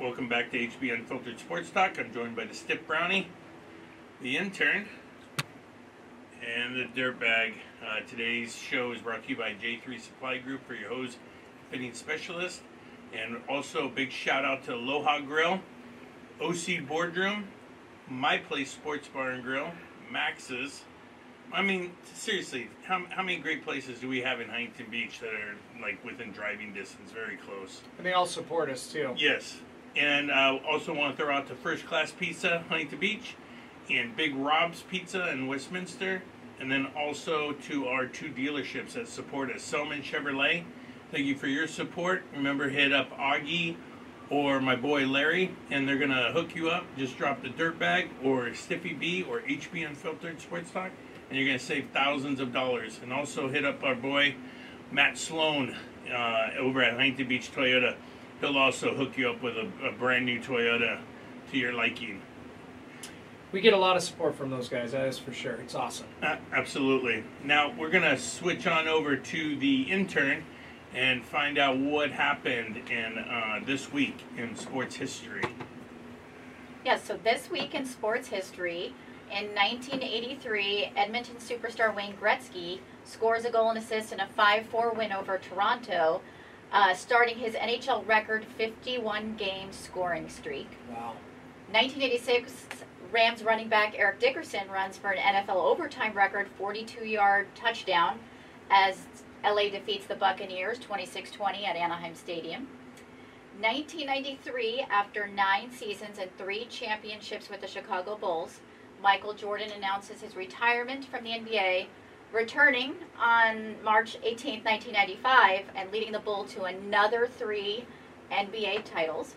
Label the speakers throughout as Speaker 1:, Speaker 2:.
Speaker 1: Welcome back to HB Unfiltered Sports Talk. I'm joined by the Stip Brownie, the intern, and the Dirtbag. Uh, today's show is brought to you by J3 Supply Group for your hose fitting specialist. And also, a big shout out to Aloha Grill, OC Boardroom, My Place Sports Bar and Grill, Max's. I mean, seriously, how, how many great places do we have in Huntington Beach that are like within driving distance, very close?
Speaker 2: And they all support us too.
Speaker 1: Yes. And I also want to throw out the First Class Pizza, Huntington Beach, and Big Rob's Pizza in Westminster, and then also to our two dealerships that support us Selman Chevrolet. Thank you for your support. Remember, hit up Augie or my boy Larry, and they're going to hook you up. Just drop the dirt bag or Stiffy B or HB Unfiltered Sports Talk, and you're going to save thousands of dollars. And also hit up our boy Matt Sloan uh, over at Huntington Beach Toyota. He'll also hook you up with a, a brand new Toyota to your liking.
Speaker 2: We get a lot of support from those guys, that is for sure. It's awesome.
Speaker 1: Uh, absolutely. Now we're gonna switch on over to the intern and find out what happened in uh, this week in sports history.
Speaker 3: Yeah, so this week in sports history, in 1983, Edmonton superstar Wayne Gretzky scores a goal and assist in a 5 4 win over Toronto, uh, starting his NHL record 51 game scoring streak.
Speaker 2: Wow.
Speaker 3: 1986, Rams running back Eric Dickerson runs for an NFL overtime record 42 yard touchdown as LA defeats the Buccaneers 26 20 at Anaheim Stadium. 1993, after nine seasons and three championships with the Chicago Bulls, Michael Jordan announces his retirement from the NBA, returning on March 18, 1995, and leading the Bull to another three NBA titles.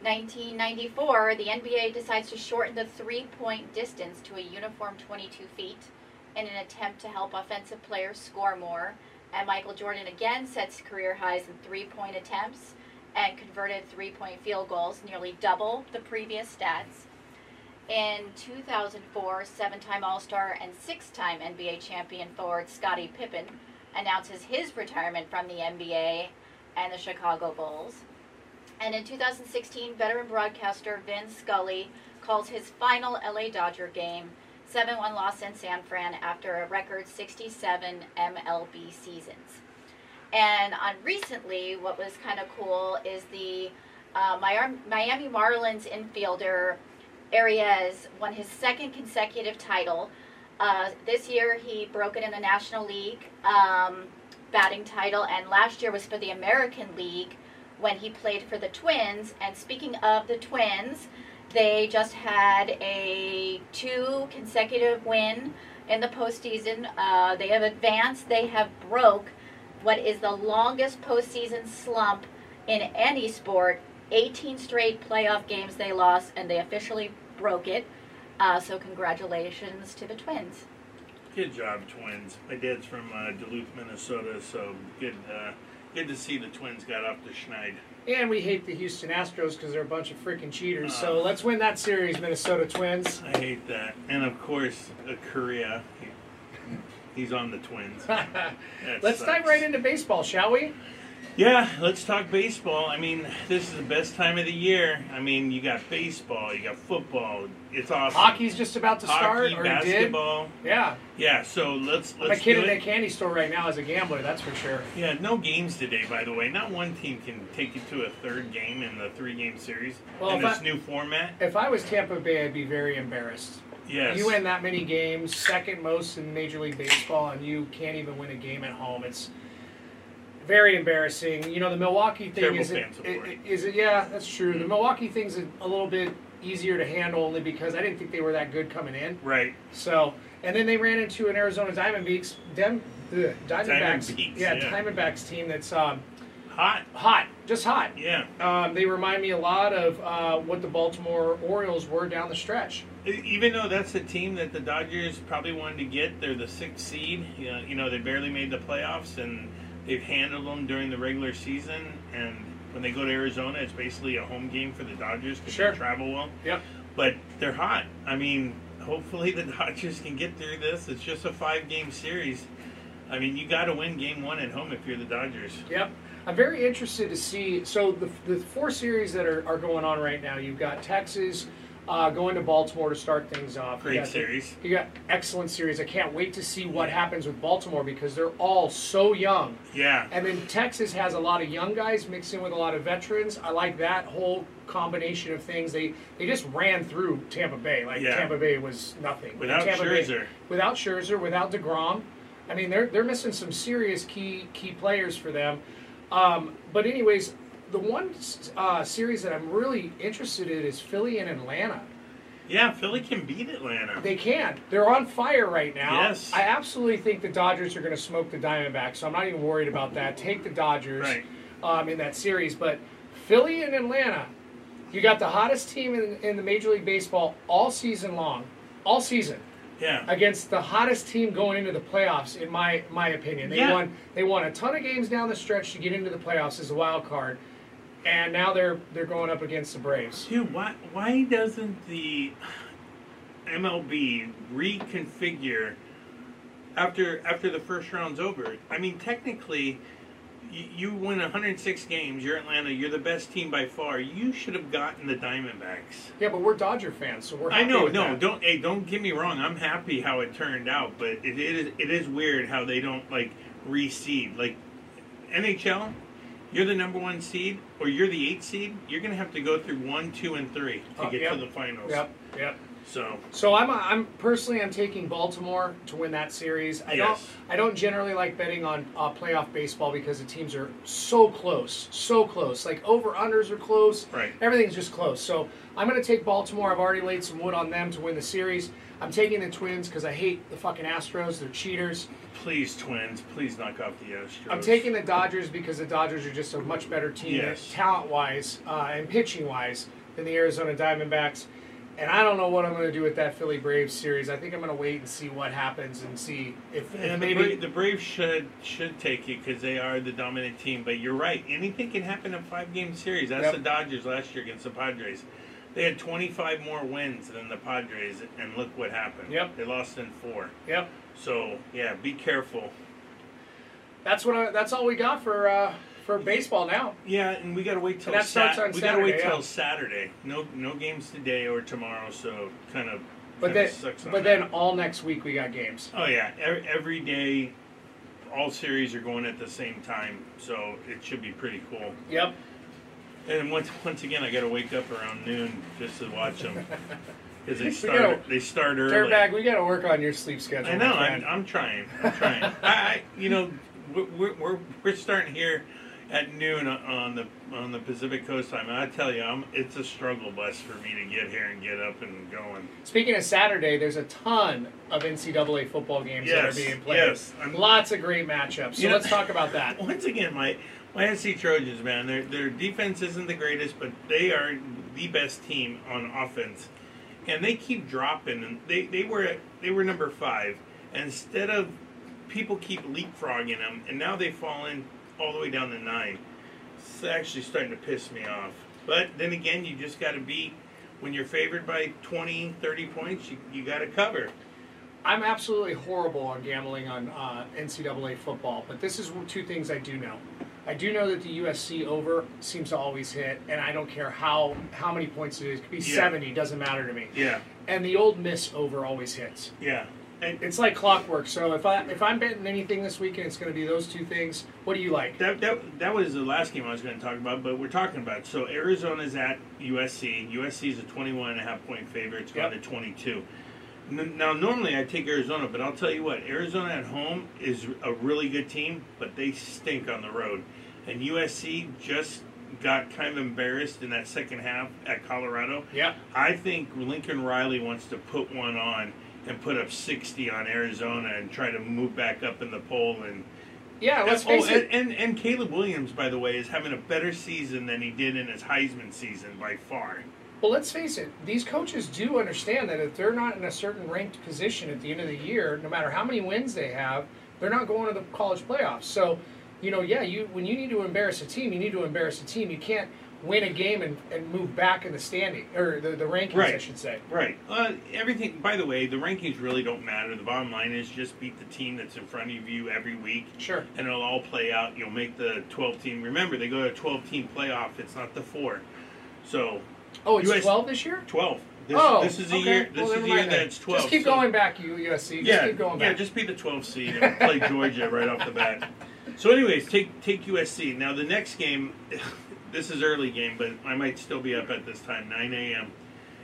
Speaker 3: 1994, the NBA decides to shorten the three point distance to a uniform 22 feet in an attempt to help offensive players score more. And Michael Jordan again sets career highs in three point attempts and converted three point field goals, nearly double the previous stats. In 2004, seven time All Star and six time NBA champion forward Scottie Pippen announces his retirement from the NBA and the Chicago Bulls. And in 2016, veteran broadcaster Vin Scully calls his final LA Dodger game 7 1 loss in San Fran after a record 67 MLB seasons. And on recently, what was kind of cool is the uh, Mi- Miami Marlins infielder Arias won his second consecutive title. Uh, this year, he broke it in the National League um, batting title, and last year was for the American League when he played for the Twins. And speaking of the Twins, they just had a two consecutive win in the postseason. Uh, they have advanced. They have broke what is the longest postseason slump in any sport. 18 straight playoff games they lost, and they officially broke it. Uh, so congratulations to the Twins.
Speaker 1: Good job, Twins. My dad's from uh, Duluth, Minnesota, so good. Uh, good to see the Twins got off the schneid.
Speaker 2: And we hate the Houston Astros because they're a bunch of freaking cheaters. so
Speaker 1: Uh.
Speaker 2: let's win that series, Minnesota Twins.
Speaker 1: I hate that. And of course, uh, Korea. He's on the Twins. That
Speaker 2: let's dive
Speaker 1: sucks.
Speaker 2: right into baseball, shall we?
Speaker 1: Yeah, let's talk baseball. I mean, this is the best time of the year. I mean, you got baseball, you got football. It's awesome.
Speaker 2: Hockey's just about to
Speaker 1: Hockey,
Speaker 2: start, or it did.
Speaker 1: basketball.
Speaker 2: Yeah,
Speaker 1: Yeah, so let's
Speaker 2: I'm a
Speaker 1: let's
Speaker 2: kid
Speaker 1: do
Speaker 2: in
Speaker 1: it.
Speaker 2: that candy store right now as a gambler. That's for sure.
Speaker 1: Yeah, no games today, by the way. Not one team can take you to a third game in the three-game series
Speaker 2: Well,
Speaker 1: in
Speaker 2: if
Speaker 1: this
Speaker 2: I-
Speaker 1: new format.
Speaker 2: If I was Tampa Bay, I'd be very embarrassed.
Speaker 1: Yes.
Speaker 2: You win that many games, second most in Major League Baseball, and you can't even win a game at home. It's very embarrassing. You know, the Milwaukee thing
Speaker 1: Terrible
Speaker 2: is
Speaker 1: fan support.
Speaker 2: is it yeah, that's true. The Milwaukee thing's a a little bit easier to handle only because I didn't think they were that good coming in.
Speaker 1: right.
Speaker 2: So, and then they ran into an Arizona Diamondbacks, Dem, ugh, Diamondbacks,
Speaker 1: Diamondbeaks,
Speaker 2: yeah,
Speaker 1: yeah.
Speaker 2: Diamondbacks team that's um,
Speaker 1: Hot.
Speaker 2: hot, just hot.
Speaker 1: Yeah.
Speaker 2: Um, they remind me a lot of uh, what the Baltimore Orioles were down the stretch.
Speaker 1: E- Even though that's the team that the Dodgers probably wanted to get, they're the sixth seed. You know, you know they barely made the playoffs, and they've handled them during the regular season. And when they go to Arizona, it's basically a home game for the Dodgers because
Speaker 2: Sure.
Speaker 1: they travel well.
Speaker 2: Yep.
Speaker 1: But they're hot. I mean, hopefully the Dodgers can get through this. It's just a five-game series. I mean, you got to win game one at home if you're the Dodgers.
Speaker 2: Yep. I'm very interested to see. So the, the four series that are, are going on right now, you've got Texas uh, going to Baltimore to start things off. You
Speaker 1: Great
Speaker 2: got the-
Speaker 1: series.
Speaker 2: you got excellent series. I can't wait to see what happens with Baltimore because they're all so young.
Speaker 1: Yeah.
Speaker 2: And then Texas has a lot of young guys mixed in with a lot of veterans. I like that whole combination of things. They they just ran through Tampa Bay. Like
Speaker 1: Yeah.
Speaker 2: Tampa Bay was nothing.
Speaker 1: Without
Speaker 2: Tampa
Speaker 1: Scherzer.
Speaker 2: Bay, without Scherzer, without Degrom. I mean, they're they're missing some serious key key players for them. Um, but anyways, the one uh, series that I'm really interested in is Philly and Atlanta.
Speaker 1: Yeah, Philly can beat Atlanta.
Speaker 2: They can. They're on fire right now.
Speaker 1: Yes.
Speaker 2: I absolutely think the Dodgers are going to smoke the Diamondbacks, so I'm not even worried about that. Take the Dodgers
Speaker 1: Right.
Speaker 2: um, in that series. But Philly and Atlanta, you got the hottest team in, in the Major League Baseball all season long, all season
Speaker 1: yeah.
Speaker 2: against the hottest team going into the playoffs, in my my opinion. They
Speaker 1: Yeah.
Speaker 2: won they won a ton of games down the stretch to get into the playoffs as a wild card, and now they're they're going up against the Braves.
Speaker 1: Dude, why why doesn't the MLB reconfigure after after the first round's over? I mean, technically, you, you win 106 games. You're Atlanta. You're the best team by far. You should have gotten the Diamondbacks.
Speaker 2: Yeah, but we're Dodger fans, so we're.
Speaker 1: I
Speaker 2: happy
Speaker 1: know,
Speaker 2: with
Speaker 1: no,
Speaker 2: that.
Speaker 1: don't hey, don't get me wrong. I'm happy how it turned out, but it, it is it is weird how they don't like reseed. Like NHL, you're the number one seed or you're the eight seed. You're gonna have to go through one, two, and three to
Speaker 2: Uh,
Speaker 1: get
Speaker 2: yep.
Speaker 1: to the finals.
Speaker 2: Yep, yep.
Speaker 1: So
Speaker 2: So I'm I'm personally I'm taking Baltimore to win that series. I
Speaker 1: Yes.
Speaker 2: don't I don't generally like betting on uh, playoff baseball because the teams are so close, so close. Like over unders are close.
Speaker 1: Right.
Speaker 2: Everything's just close. So I'm going to take Baltimore. I've already laid some wood on them to win the series. I'm taking the Twins because I hate the fucking Astros. They're cheaters.
Speaker 1: please, Twins, please knock off the Astros.
Speaker 2: I'm taking the Dodgers because the Dodgers are just a much better team,
Speaker 1: Yes.
Speaker 2: talent wise uh, and pitching wise, than the Arizona Diamondbacks. And I don't know what I'm going to do with that Philly Braves series. I think I'm going to wait and see what happens and see if, if
Speaker 1: And the,
Speaker 2: maybe
Speaker 1: Bra- the Braves should should take it because they are the dominant team. But you're right; anything can happen in a five game series. That's
Speaker 2: Yep.
Speaker 1: the Dodgers last year against the Padres. They had 25 more wins than the Padres, and look what happened.
Speaker 2: Yep.
Speaker 1: they lost in four.
Speaker 2: Yep,
Speaker 1: So yeah, be careful.
Speaker 2: that's what I, that's all we got for uh, for baseball now.
Speaker 1: Yeah, and we gotta wait till
Speaker 2: And that starts
Speaker 1: Sat-
Speaker 2: on
Speaker 1: we gotta wait
Speaker 2: Saturday,
Speaker 1: till
Speaker 2: yeah.
Speaker 1: Saturday. No, no games today or tomorrow. So kind of.
Speaker 2: But
Speaker 1: kinda
Speaker 2: then
Speaker 1: sucks on
Speaker 2: but
Speaker 1: that.
Speaker 2: then all next week we got games.
Speaker 1: Oh yeah, every, every day, all series are going at the same time, so it should be pretty cool.
Speaker 2: Yep.
Speaker 1: And once once again, I got to wake up around noon just to watch them because they
Speaker 2: gotta-
Speaker 1: start they start early.
Speaker 2: Dirtbag, we got to work on your sleep schedule.
Speaker 1: I know.
Speaker 2: my friend.
Speaker 1: I'm, I'm trying. I'm trying. I, I you know we're- we're, we're we're starting here at noon on the on the Pacific Coast time. And I tell you, I'm, it's a struggle bus for me to get here and get up and going.
Speaker 2: Speaking of Saturday, there's a ton of NCAA football games
Speaker 1: Yes,
Speaker 2: that are being played.
Speaker 1: yes. I'm-
Speaker 2: Lots of great matchups. So
Speaker 1: You know-
Speaker 2: let's talk about that.
Speaker 1: Once again, my my SC Trojans, man, their their defense isn't the greatest, but they are the best team on offense, and they keep dropping. And they they were they were number five and instead of people keep leapfrogging them, and now they've fallen all the way down to nine. It's actually starting to piss me off. But then again, you just got to be when you're favored by 20, 30 points, you, you got to cover.
Speaker 2: I'm absolutely horrible on gambling on uh, NCAA football, but this is two things I do know. I do know that the USC over seems to always hit, and I don't care how how many points it is. It could be
Speaker 1: Yeah.
Speaker 2: 70, doesn't matter to me.
Speaker 1: Yeah,
Speaker 2: And the old Miss over always hits.
Speaker 1: yeah. And
Speaker 2: It's like clockwork. So if I if I'm betting anything this weekend, it's going to be those two things. What do you like?
Speaker 1: That, that, that was the last game I was going to talk about, but we're talking about it. so Arizona's at USC. USC is a 21 and a half point favorite. It's gone
Speaker 2: Yep.
Speaker 1: to 22. N- now, normally I take Arizona, but I'll tell you what, Arizona at home is a really good team, but they stink on the road. And USC just got kind of embarrassed in that second half at Colorado.
Speaker 2: Yep.
Speaker 1: I think Lincoln Riley wants to put one on and put up 60 on Arizona and try to move back up in the poll and
Speaker 2: Yeah, let's
Speaker 1: oh,
Speaker 2: face it.
Speaker 1: And, and and Caleb Williams, by the way, is having a better season than he did in his Heisman season by far.
Speaker 2: Well, let's face it, these coaches do understand that if they're not in a certain ranked position at the end of the year, no matter how many wins they have, they're not going to the college playoffs. So, you know, yeah, you when you need to embarrass a team, you need to embarrass a team. You can't win a game and, and move back in the standing or the, the rankings, I
Speaker 1: Right.
Speaker 2: should say.
Speaker 1: Right. Uh, everything. By the way, the rankings really don't matter. The bottom line is just beat the team that's in front of you every week,
Speaker 2: Sure.
Speaker 1: and it'll all play out. You'll make the 12 team. Remember, they go to a 12 team playoff. It's not the four. So
Speaker 2: Oh, it's
Speaker 1: US
Speaker 2: 12 this year?
Speaker 1: 12. This,
Speaker 2: oh,
Speaker 1: this is a
Speaker 2: okay.
Speaker 1: year. This
Speaker 2: Well,
Speaker 1: is
Speaker 2: never
Speaker 1: the year
Speaker 2: mind then.
Speaker 1: that's 12.
Speaker 2: Just keep
Speaker 1: so-
Speaker 2: going back, you USC. Just
Speaker 1: yeah,
Speaker 2: keep going
Speaker 1: yeah,
Speaker 2: back.
Speaker 1: just be the 12 seed and play Georgia right off the bat. So, anyways, take take USC. Now, the next game, this is early game, but I might still be up at this time, 9 a.m.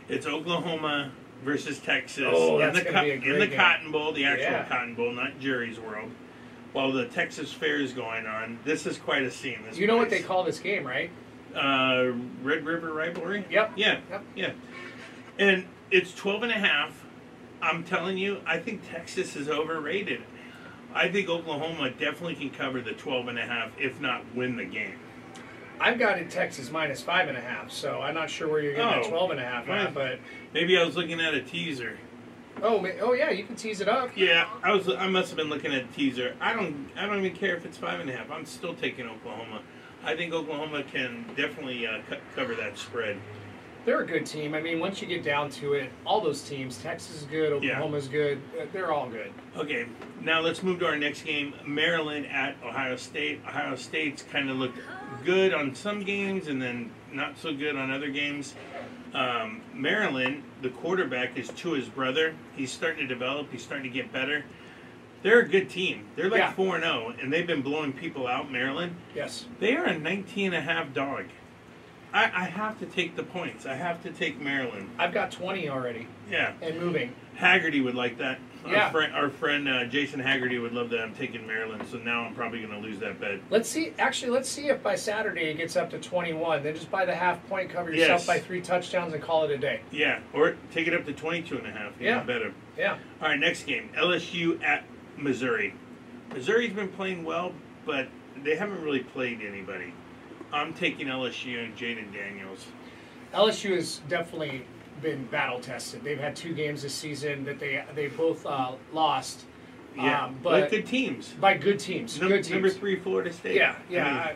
Speaker 1: It's Oklahoma versus Texas
Speaker 2: Oh,
Speaker 1: in
Speaker 2: that's
Speaker 1: the
Speaker 2: gonna
Speaker 1: co-
Speaker 2: be a
Speaker 1: in
Speaker 2: great
Speaker 1: the
Speaker 2: game.
Speaker 1: Cotton Bowl, the actual
Speaker 2: Yeah.
Speaker 1: Cotton Bowl, not Jerry's World. While the Texas Fair is going on, this is quite a scene. This
Speaker 2: you know what they
Speaker 1: place.
Speaker 2: call this game, right?
Speaker 1: uh, Red River Rivalry?
Speaker 2: Yep.
Speaker 1: Yeah.
Speaker 2: Yep.
Speaker 1: Yeah. And it's 12 and a half. I'm telling you, I think Texas is overrated. I think Oklahoma definitely can cover the 12 and a half, if not win the game.
Speaker 2: I've got it Texas minus five and a half, so I'm not sure where you're getting
Speaker 1: Oh,
Speaker 2: that 12 and a half
Speaker 1: right.
Speaker 2: at, but
Speaker 1: Maybe I was looking at a teaser.
Speaker 2: oh, ma- oh yeah, you can tease it up.
Speaker 1: Yeah, I was. I must have been looking at a teaser. I don't. I don't even care if it's five and a half. I'm still taking Oklahoma. I think Oklahoma can definitely uh, co- cover that spread.
Speaker 2: They're a good team. I mean, once you get down to it, all those teams, Texas is good,
Speaker 1: Yeah.
Speaker 2: Oklahoma's good, uh, they're all good.
Speaker 1: Okay, now let's move to our next game. Maryland at Ohio State. Ohio State's kind of looked good on some games and then not so good on other games. Um, Maryland, the quarterback is to his brother. He's starting to develop, he's starting to get better. They're a good team. They're
Speaker 2: Yeah.
Speaker 1: like 4 and 0, and they've been blowing people out, Maryland.
Speaker 2: Yes.
Speaker 1: They are a 19 and a half dog. I, I have to take the points. I have to take Maryland.
Speaker 2: I've got 20 already
Speaker 1: Yeah.
Speaker 2: and moving.
Speaker 1: Haggerty would like that. Our
Speaker 2: Yeah.
Speaker 1: friend, our friend uh, Jason Haggerty would love that. I'm taking Maryland, so now I'm probably going to lose that bet.
Speaker 2: Let's see. Actually, let's see if by Saturday it gets up to 21. Then just by the half point, cover yourself
Speaker 1: Yes.
Speaker 2: by three touchdowns and call it a day.
Speaker 1: Yeah, or take it up to 22 and a half. Even
Speaker 2: Yeah.
Speaker 1: better.
Speaker 2: Yeah.
Speaker 1: All right, next game LSU at Missouri. Missouri's been playing well, but they haven't really played anybody. I'm taking LSU and Jaden Daniels.
Speaker 2: LSU has definitely been battle tested. They've had two games this season that they they both uh, lost.
Speaker 1: Yeah,
Speaker 2: Um,
Speaker 1: but,
Speaker 2: but
Speaker 1: good teams.
Speaker 2: by good teams.
Speaker 1: Num-
Speaker 2: good teams.
Speaker 1: Number three, Florida State.
Speaker 2: Yeah,
Speaker 1: I mean,
Speaker 2: yeah.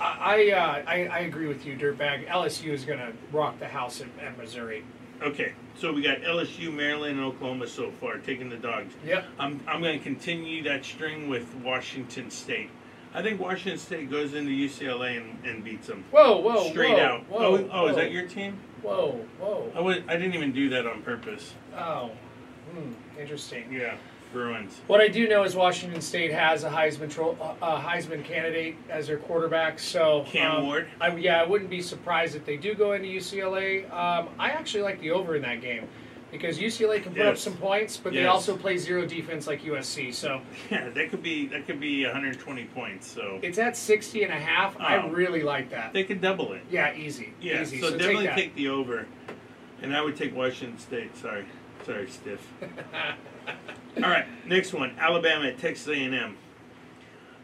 Speaker 2: I I, uh, I I agree with you, Dirtbag. LSU is going to rock the house at, at Missouri.
Speaker 1: Okay, so we got LSU, Maryland, and Oklahoma so far taking the dogs.
Speaker 2: Yep.
Speaker 1: I'm, I'm going to continue that string with Washington State. I think Washington State goes into UCLA and, and beats them
Speaker 2: Whoa, whoa,
Speaker 1: straight
Speaker 2: whoa,
Speaker 1: out.
Speaker 2: Whoa,
Speaker 1: oh, oh,
Speaker 2: whoa,
Speaker 1: is that your team?
Speaker 2: Whoa,
Speaker 1: I
Speaker 2: whoa.
Speaker 1: was, I didn't even do that on purpose.
Speaker 2: Oh, hmm, interesting.
Speaker 1: Yeah, Bruins.
Speaker 2: What I do know is Washington State has a Heisman tro- uh, uh, Heisman candidate as their quarterback. So
Speaker 1: Cam
Speaker 2: um,
Speaker 1: Ward.
Speaker 2: I, yeah, I wouldn't be surprised if they do go into UCLA. Um, I actually like the over in that game because UCLA can put up
Speaker 1: Yes.
Speaker 2: some points, but they
Speaker 1: Yes.
Speaker 2: also play zero defense like USC. So
Speaker 1: Yeah, that could be that could be 120 points. So
Speaker 2: it's at 60 and a half. I
Speaker 1: Oh.
Speaker 2: really like that.
Speaker 1: they could double it.
Speaker 2: Yeah, easy.
Speaker 1: Yeah,
Speaker 2: easy.
Speaker 1: so,
Speaker 2: So,
Speaker 1: definitely
Speaker 2: take that.
Speaker 1: take the over. And I would take Washington State. Sorry, sorry, stiff. All right, next one: Alabama at Texas A&M.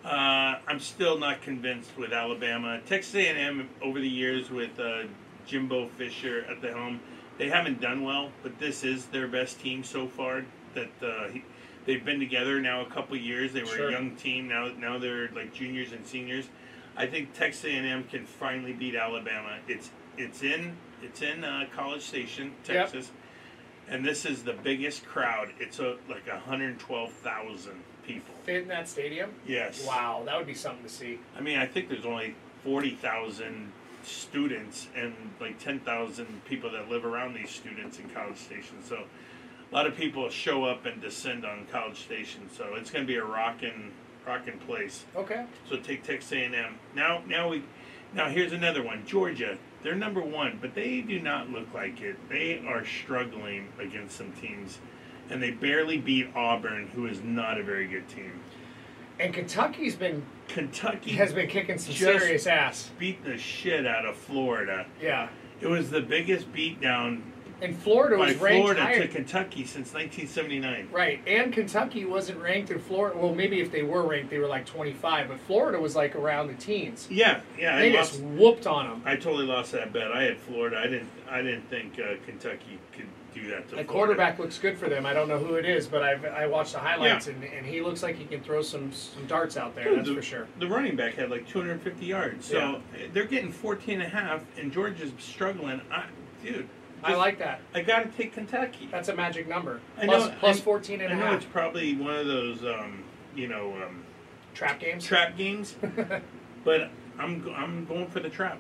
Speaker 1: Uh, I'm still not convinced with Alabama. Texas A&M over the years with uh, Jimbo Fisher at the helm, they haven't done well, but this is their best team so far. That uh, he, they've been together now a couple years. They were
Speaker 2: Sure.
Speaker 1: a young team. Now, now they're like juniors and seniors. I think Texas A&M can finally beat Alabama. It's it's in it's in uh, College Station,
Speaker 2: Yep.
Speaker 1: Texas, and this is the biggest crowd. It's a, like 112,000 people.
Speaker 2: fit in that stadium.
Speaker 1: Yes.
Speaker 2: Wow, that would be something to see.
Speaker 1: I mean, I think there's only 40,000 students and like 10,000 people that live around these students in College Station. So a lot of people show up and descend on College Station. So it's going to be a rockin' rockin' place.
Speaker 2: Okay.
Speaker 1: So take Texas A&M. Now, now we, now here's another one. Georgia, they're number one, but they do not look like it. They are struggling against some teams, and they barely beat Auburn, who is not a very good team.
Speaker 2: And Kentucky's been
Speaker 1: Kentucky
Speaker 2: has been kicking some
Speaker 1: Just-
Speaker 2: serious ass.
Speaker 1: beat the shit out of Florida.
Speaker 2: Yeah.
Speaker 1: It was the biggest beatdown
Speaker 2: And Florida
Speaker 1: by
Speaker 2: was ranked
Speaker 1: Florida
Speaker 2: higher.
Speaker 1: to Kentucky since 1979.
Speaker 2: Right, and Kentucky wasn't ranked in Florida. Well, maybe if they were ranked, they were like 25, but Florida was like around the teens.
Speaker 1: Yeah, yeah.
Speaker 2: they
Speaker 1: I lost.
Speaker 2: just whooped on them.
Speaker 1: I totally lost that bet. I had Florida. I didn't. I didn't think uh, Kentucky could do that to
Speaker 2: The
Speaker 1: Florida.
Speaker 2: quarterback looks good for them. I don't know who it is, but I've, I watched the highlights, and, and he looks like he can throw some, some darts out there,
Speaker 1: Dude,
Speaker 2: that's
Speaker 1: the,
Speaker 2: for sure.
Speaker 1: The running back had like 250 yards. So uh, they're getting 14 and a half, and Georgia's struggling. I, dude,
Speaker 2: I
Speaker 1: just-
Speaker 2: like that.
Speaker 1: I got to take Kentucky.
Speaker 2: That's a magic number.
Speaker 1: I
Speaker 2: Plus,
Speaker 1: know-
Speaker 2: plus
Speaker 1: I-
Speaker 2: 14 and
Speaker 1: I
Speaker 2: a
Speaker 1: know it's
Speaker 2: half.
Speaker 1: probably one of those, um, you know, um,
Speaker 2: Trap games.
Speaker 1: trap games, but I'm go- I'm going for the trap.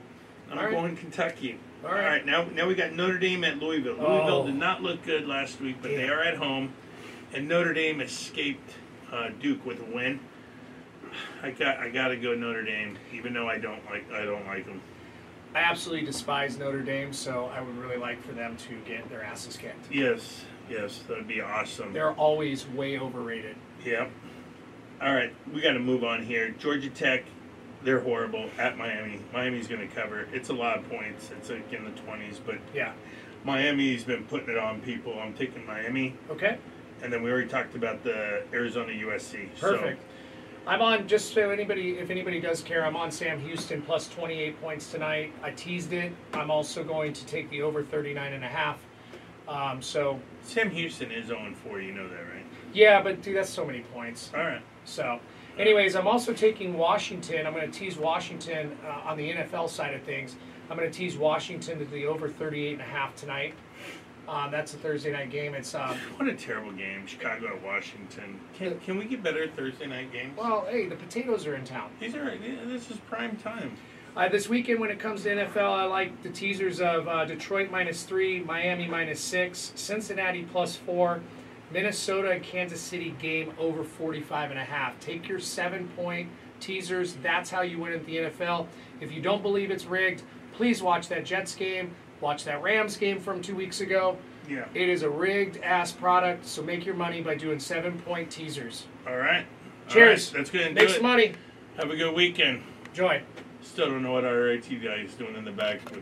Speaker 1: I'm
Speaker 2: All right.
Speaker 1: going Kentucky.
Speaker 2: All right.
Speaker 1: now now we got Notre Dame at Louisville.
Speaker 2: Oh.
Speaker 1: Louisville did not look good last week, but they
Speaker 2: Yeah.
Speaker 1: are at home, and Notre Dame escaped uh, Duke with a win. I got I got to go Notre Dame, even though I don't like I don't like them.
Speaker 2: I absolutely despise Notre Dame, so I would really like for them to get their asses kicked.
Speaker 1: Yes, yes, that'd be awesome.
Speaker 2: They're always way overrated.
Speaker 1: Yep. All right, we got to move on here. Georgia Tech, they're horrible at Miami. Miami's going to cover. It's a lot of points. It's like in the twenties, but
Speaker 2: Yeah.
Speaker 1: Miami's been putting it on people. I'm taking Miami,
Speaker 2: Okay.
Speaker 1: and then we already talked about the Arizona USC.
Speaker 2: Perfect. I'm on just so anybody if anybody does care, I'm on Sam Houston plus 28 points tonight. I teased it. I'm also going to take the over 39 and a half. Um, so
Speaker 1: So Sam Houston is 0 4. You know that, right?
Speaker 2: yeah, but dude, that's so many points.
Speaker 1: All right.
Speaker 2: So anyways, I'm also taking Washington. I'm going to tease Washington uh, on the NFL side of things. I'm going to tease Washington to the over 38 and a half tonight. Um, that's a Thursday night game. It's um,
Speaker 1: What a terrible game, Chicago at Washington. Can can we get better Thursday night games?
Speaker 2: well, hey, the potatoes are in town.
Speaker 1: These are this is prime time.
Speaker 2: Uh, this weekend, when it comes to NFL, I like the teasers of uh, Detroit minus three, Miami minus six, Cincinnati plus four, Minnesota and Kansas City game over 45 and a half. Take your seven point teasers. That's how you win at the NFL. If you don't believe it's rigged, please watch that Jets game, watch that Rams game from two weeks ago.
Speaker 1: Yeah.
Speaker 2: It is a rigged ass product, so make your money by doing seven point teasers.
Speaker 1: All right. All
Speaker 2: Cheers.
Speaker 1: right, That's good.
Speaker 2: Make some money.
Speaker 1: Have a good weekend.
Speaker 2: Enjoy.
Speaker 1: Still don't know what our IT guy is doing in the back. But